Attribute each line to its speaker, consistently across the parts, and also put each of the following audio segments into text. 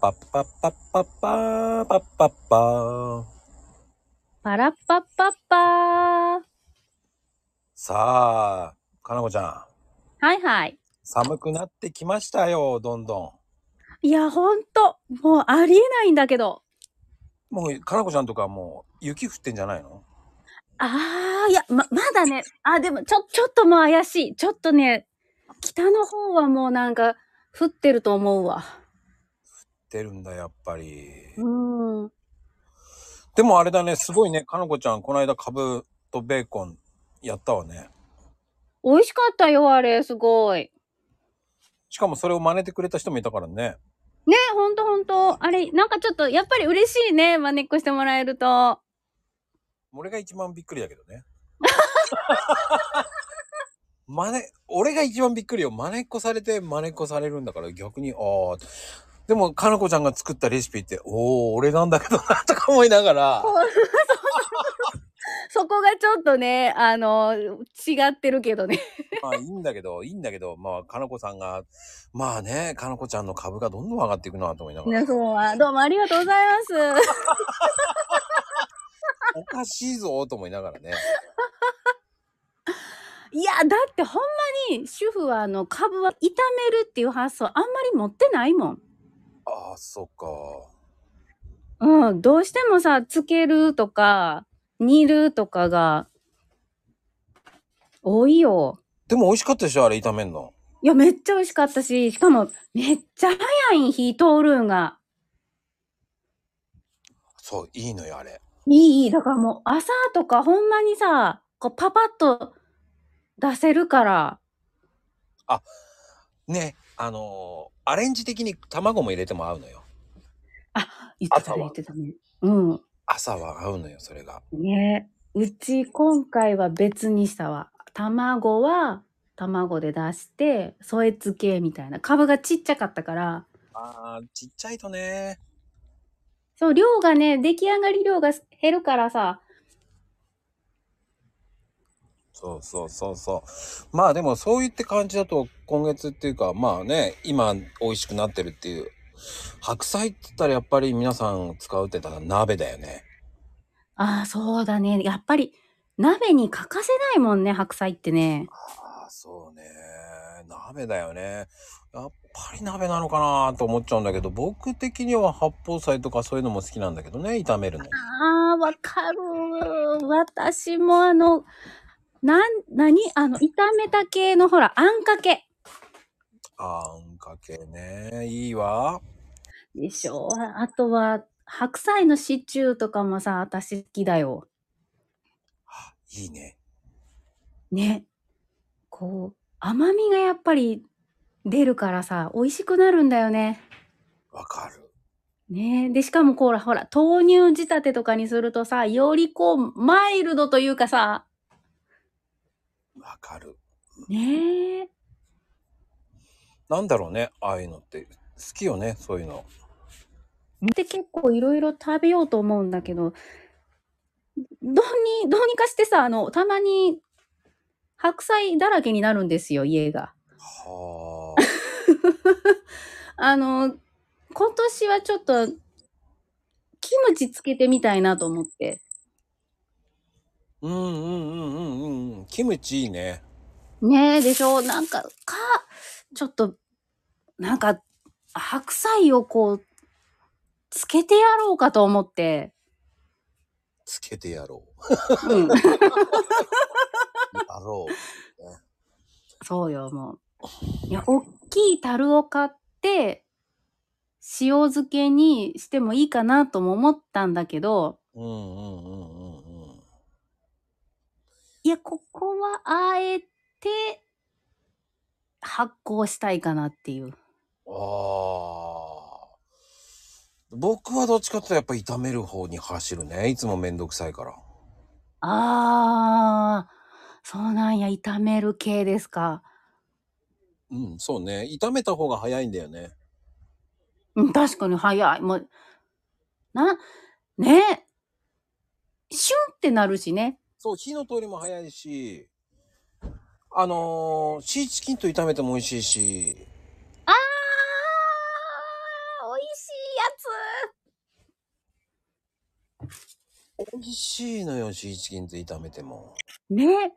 Speaker 1: パッパッパッパッパー、パッパッパー。
Speaker 2: パラッパッパッパー。
Speaker 1: さあ、かなこちゃん、
Speaker 2: はいはい。
Speaker 1: 寒くなってきましたよ、どんど
Speaker 2: いや、ほんと、もうありえないんだけど。
Speaker 1: ん。もう、かなこちゃんとかもう、雪降ってんじゃないの
Speaker 2: あー、いや、ま、まだね、あ、でも、ちょ、ちょっともう怪しい。ちょっとね、北の方はもうなんか、降ってると思うわ。
Speaker 1: 出るんだ、やっぱり。
Speaker 2: うーん。
Speaker 1: でもあれだね、すごいね、かなこちゃん、この間、カブとベーコンやったわね。
Speaker 2: 美味しかったよ、あれ、すごい。
Speaker 1: しかもそれを真似てくれた人もいたからね。
Speaker 2: ね、ほんとほんと。あれ、なんかちょっと、やっぱり嬉しいね、まねっこしてもらえると。
Speaker 1: 俺が一番びっくりだけどね。真似、俺が一番びっくりよ。真似っこされて真似っこされるんだから逆に、ああ。でも、かなこちゃんが作ったレシピって、おお、俺なんだけどな、とか思いながら、
Speaker 2: そこがちょっとね、あの、違ってるけどね。
Speaker 1: まあいいんだけど、いいんだけど、まあ、かなこさんが、まあね、かなこちゃんの株がどんどん上がっていくな、と思いながら、
Speaker 2: ね、そうは。どうもありがとうございます。
Speaker 1: おかしいぞ、と思いながらね。
Speaker 2: いやだってほんまに主婦はあの株は炒めるっていう発想あんまり持ってないもん。
Speaker 1: ああ、そっか。
Speaker 2: うん、どうしてもさつけるとか煮るとかが多いよ。
Speaker 1: でも美味しかったでしょ、あれ炒めんの。
Speaker 2: いやめっちゃ美味しかったししかもめっちゃ早いん火通るんが。
Speaker 1: そう、いいのよ、あれ。
Speaker 2: いいいいだからもう朝とかほんまにさこうパパッと出せるから。
Speaker 1: ね、あのーアレンジ的に卵も入れても合うのよ。
Speaker 2: いつから言ってたね。うん。
Speaker 1: 朝は合うのよ、それが。
Speaker 2: ねうち今回は別にしたわ卵は卵で出して添え付けみたいな株がちっちゃかったから
Speaker 1: ああ、ちっちゃいとね。
Speaker 2: そう量がね出来上がり量が減るからさ
Speaker 1: そうそうそうそう。まあでもそういって感じだと今月っていうか、まあね、今美味しくなってるっていう。白菜って言ったらやっぱり皆さん使うって言ったら鍋だよね。
Speaker 2: ああそうだねやっぱり鍋に欠かせないもんね白菜ってね
Speaker 1: ああ、そうね。鍋だよね。やっぱり鍋なのかなと思っちゃうんだけど、僕的には八宝菜とかそういうのも好きなんだけどね、炒めるの。
Speaker 2: ああわかる私もあのなん何あの炒めた系のほらあんかけ
Speaker 1: あんかけね。いいわ。
Speaker 2: でしょう。あとは、白菜のシチューとかもさ、私好きだよ。
Speaker 1: いいね。
Speaker 2: ね。こう、甘みがやっぱり出るからさ、美味しくなるんだよね。
Speaker 1: わかる。
Speaker 2: ねで、しかもこうほら、ほら、豆乳仕立てとかにするとさ、よりこう、マイルドというかさ、
Speaker 1: わかる。
Speaker 2: ねえ。
Speaker 1: なんだろうね、ああいうのって。好きよね、そういうの。
Speaker 2: で、結構いろいろ食べようと思うんだけど、どうに、どうにかしてさ、あの、たまに、白菜だらけになるんですよ、家が。
Speaker 1: は
Speaker 2: あの、今年はちょっと、キムチつけてみたいなと思って。
Speaker 1: あ。うんうんうんうんうん。キムチいいね。
Speaker 2: ねえ、でしょなんか、か、ちょっと、なんか、白菜をこう、つけてやろうかと思って。
Speaker 1: つけてやろう。
Speaker 2: うん。
Speaker 1: やろう。
Speaker 2: そうよ、もう。いや、おっきい樽を買って、塩漬けにしてもいいかなとも思ったんだけど、
Speaker 1: うんうんうんうんうん。
Speaker 2: いや、ここはあえて発行したいかなっていう。
Speaker 1: ああ。僕はどっちかっていうとやっぱ炒める方に走るね。いつもめんどくさいから。
Speaker 2: ああ、そうなんや、炒める系ですか。
Speaker 1: うん、そうね。炒めた方が早いんだよね。
Speaker 2: うん、確かに早い。もう、な、ねシュンってなるしね。
Speaker 1: そう、火の通りも早いし、あのーシーチキンと炒めても美味しいし、
Speaker 2: あ美味しいやつ
Speaker 1: 美味しいのよ、シーチキンズ炒めても。
Speaker 2: ね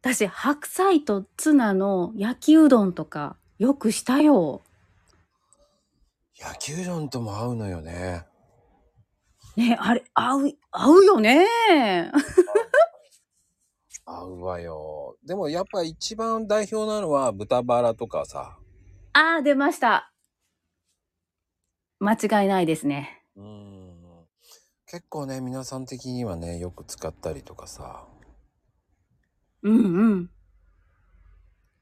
Speaker 2: 私、白菜とツナの焼きうどんとか、よくしたよ。
Speaker 1: 焼きうどんとも合うのよね。
Speaker 2: ねあれ、合う、合うよね
Speaker 1: 合うわよ。でもやっぱ一番代表なのは豚バラとかさ。
Speaker 2: あー、出ました。間違いないですね。
Speaker 1: うん。結構ね、皆さん的にはね、よく使ったりとかさ。
Speaker 2: うんうん。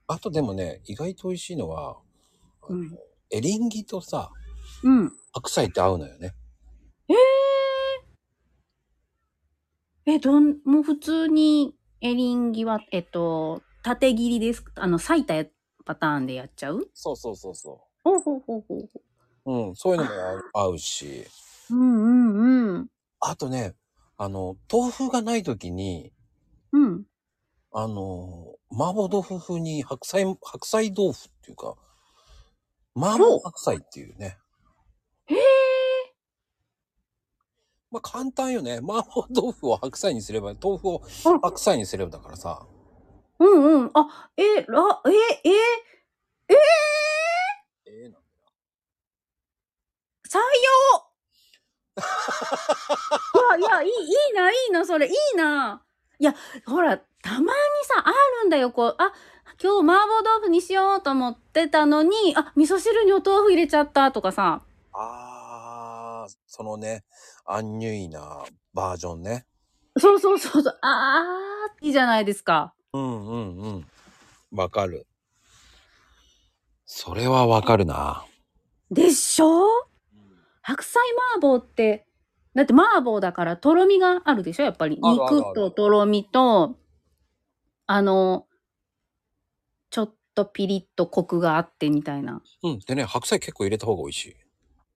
Speaker 1: あとでもね、意外と美味しいのは、
Speaker 2: うん。
Speaker 1: エリンギとさ、
Speaker 2: うん。
Speaker 1: 白菜って合うのよね。
Speaker 2: えー、え、どん、もう普通にエリンギは、えっと、縦切りです。あの、裂いたパターンでやっちゃう
Speaker 1: そうそうそうそ
Speaker 2: ほうほうほうほう。
Speaker 1: う。うん、そういうのも合う合うし。
Speaker 2: うんうんうん。
Speaker 1: あとね、あの、豆腐がない時に、
Speaker 2: うん。
Speaker 1: あの、麻婆豆腐風に白菜、白菜豆腐っていうか、麻婆白菜っていうね。
Speaker 2: へえ。
Speaker 1: まあ簡単よね。 麻婆豆腐を白菜にすれば、豆腐を
Speaker 2: あ
Speaker 1: 白菜にすればだからさ。
Speaker 2: うんうん。あ、え、ら、え、え、えー、
Speaker 1: ええな。
Speaker 2: 採用 わ、いや、いい、いいな、いいな、それ、いいな。いや、ほら、たまにさ、あるんだよ、こう、あ、今日麻婆豆腐にしようと思ってたのに、あ、味噌汁にお豆腐入れちゃったとかさ。
Speaker 1: あー、そのね、アンニュイなバージョンね。
Speaker 2: そうそうそうそう、あー、いいじゃないですか。
Speaker 1: うんうんうん。わかる。それはわかるな。
Speaker 2: でしょ白菜麻婆って、だって麻婆だからとろみがあるでしょやっぱり。
Speaker 1: あるあるある
Speaker 2: 肉ととろみと、あの、ちょっとピリッとコクがあってみたいな。
Speaker 1: うん。でね、白菜結構入れた方が美味しい。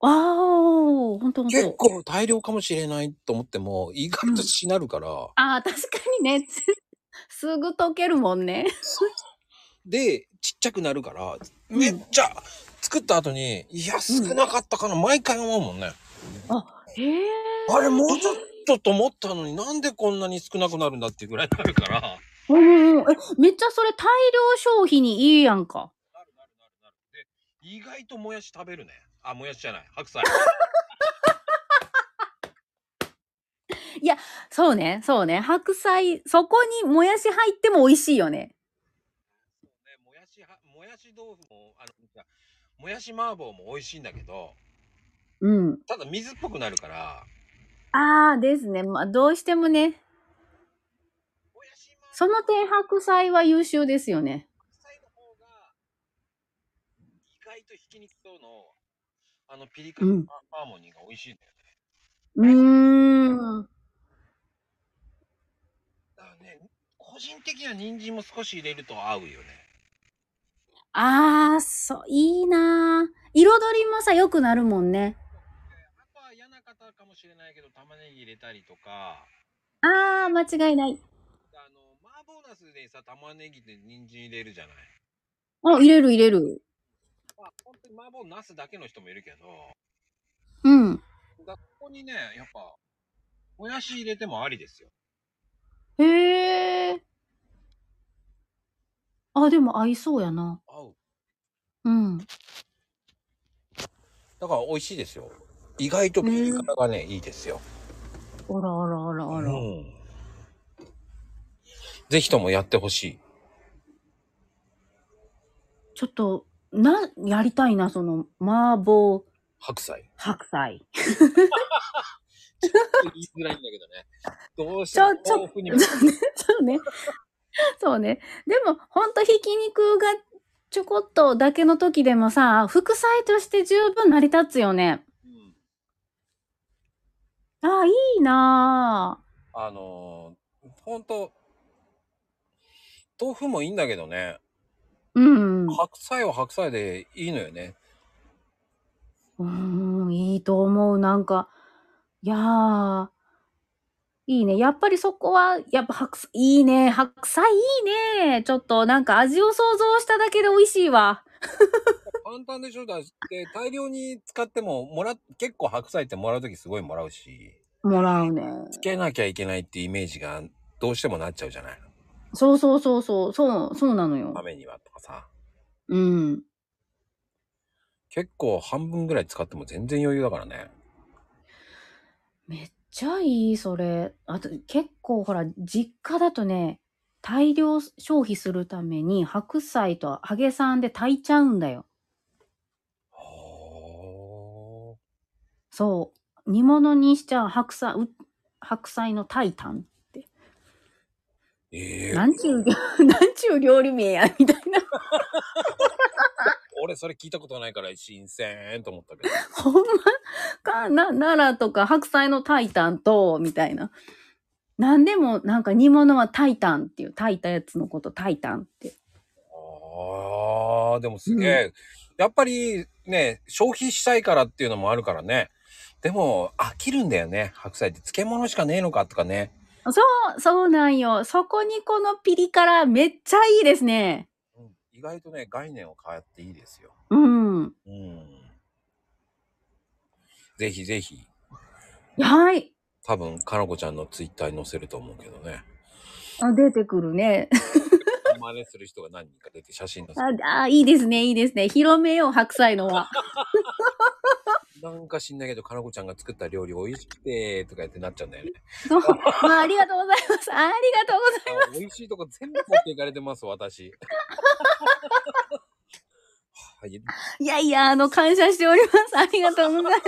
Speaker 2: わー、ほんとほん
Speaker 1: 結
Speaker 2: と。
Speaker 1: 構大量かもしれないと思っても、意外としなるから。
Speaker 2: あー、確かにね。 すぐ溶けるもんね。
Speaker 1: で、ちっちゃくなるから、
Speaker 2: うん
Speaker 1: めっちゃ作った後に、いや、少なかったかな、毎回思うもんね。
Speaker 2: へー。
Speaker 1: あれ、もうちょっとと思ったのになんでこんなに少なくなるんだっていうぐらいになるから。なる
Speaker 2: うんうんえ、めっちゃそれ大量消費にいいやんか。
Speaker 1: なるなるなる。で、意外ともやし食べるね。あ、もやしじゃない。白 菜。
Speaker 2: そうね、そうね。白菜、そこにもやし入っても美味しいよね。
Speaker 1: ね、もやしは、もやし豆腐も、あの、いやもやし麻婆も美味しいんだけど、
Speaker 2: うん。
Speaker 1: ただ水っぽくなるから、
Speaker 2: ああ、ですね。まあ、どうしてもね、
Speaker 1: もやし麻
Speaker 2: その点白菜は優秀ですよね。
Speaker 1: 白菜の方が、意外とひき肉との、あのピリ辛
Speaker 2: うん
Speaker 1: ハハーモニーが美味しいんだよね。
Speaker 2: うーん。
Speaker 1: だからね、個人的には人参も少し入れると合うよね。
Speaker 2: ああ、そう、いいなー彩りもさ、良くなるもんね。
Speaker 1: あとは嫌な方かもしれないけど、玉ねぎ入れたりとか、
Speaker 2: ああ、間違いない。
Speaker 1: あの、麻婆ナスでさ、玉ねぎで人参入れるじゃない。
Speaker 2: あ、入れる入れる。
Speaker 1: まあ、本当に麻婆ナスだけの人もいるけど、
Speaker 2: うん。
Speaker 1: だここにね、やっぱ、もやし入れてもありですよ。
Speaker 2: へえ。あ、でも合いそうやな。
Speaker 1: 合う。
Speaker 2: うん。
Speaker 1: だから美味しいですよ。意外とピリ辛がね、いいですよ。
Speaker 2: あらあらあらあら。
Speaker 1: うんぜひともやってほしい。
Speaker 2: ちょっと、な、やりたいな、その、麻婆
Speaker 1: 白菜。
Speaker 2: 白菜。
Speaker 1: 言いづらいんだけどね。 どうし
Speaker 2: ちょ、ち
Speaker 1: て
Speaker 2: ょ、
Speaker 1: も
Speaker 2: そう
Speaker 1: 豆腐に
Speaker 2: ね
Speaker 1: も。。
Speaker 2: そうね。そうね。でも、ほんと、ひき肉がちょこっとだけの時でもさ、副菜として十分成り立つよね。
Speaker 1: うん
Speaker 2: ああ、いいなぁ。
Speaker 1: あのー、ほんと、豆腐もいいんだけどね。
Speaker 2: うん。
Speaker 1: 白菜は白菜でいいのよね。
Speaker 2: うん、いいと思う。なんか、いやーいいね。やっぱりそこは、やっぱ白菜、いいね。白菜いいね。ちょっとなんか味を想像しただけで美味しいわ。
Speaker 1: 簡単でしょだって、大量に使っても、もら、結構白菜ってもらうときすごいもらうし、
Speaker 2: もらうね。
Speaker 1: つけなきゃいけないってイメージがどうしてもなっちゃうじゃない
Speaker 2: そうそうそうそう、そう、そうなのよ。
Speaker 1: 豆にはとかさ。
Speaker 2: うん。
Speaker 1: 結構半分ぐらい使っても全然余裕だからね。
Speaker 2: めっちゃいい、それ。あと、結構ほら、実家だとね、大量消費するために白菜と揚げさんで炊いちゃうんだよ。
Speaker 1: は
Speaker 2: そう。煮物にしちゃう白菜、う白菜の炊いたん。
Speaker 1: あ。ええ
Speaker 2: なんちゅう料、 なんちゅう料理名や、みたいな。
Speaker 1: 俺それ聞いたことないから新鮮と思ったけど。
Speaker 2: ほんまか、な、奈良とか白菜の炊いたんと、みたいな。なんでも、なんか煮物は炊いたんっていう、炊いたやつのこと炊いたんって。
Speaker 1: ああ、でもすげえ。やっぱりね、消費したいからっていうのもあるからね。でも飽きるんだよね。白菜って漬物しかねえのかとかね。
Speaker 2: そう、そうなんよ。そこにこのピリ辛めっちゃいいですね。
Speaker 1: うん、意外とね、概念を変えていいですよ。
Speaker 2: うん。
Speaker 1: うん。ぜひぜひ、
Speaker 2: はい。
Speaker 1: 多分、かなこちゃんのツイッターに載せると思うけどね。
Speaker 2: あ出てくるね。
Speaker 1: 真似する人が何人か出て写真載せる。
Speaker 2: ああ、いいですね、いいですね。広めよう、白菜のは。
Speaker 1: なんか知んないけど、かなこちゃんが作った料理美味しくて、とかやってなっちゃうんだよね。
Speaker 2: そう。まあ、ありがとうございます。ありがとうござい
Speaker 1: あ美味しいとこ全部持っていかれてます、私。 はい、
Speaker 2: ます。いやいや、あの、感謝しております。ありがとうございます。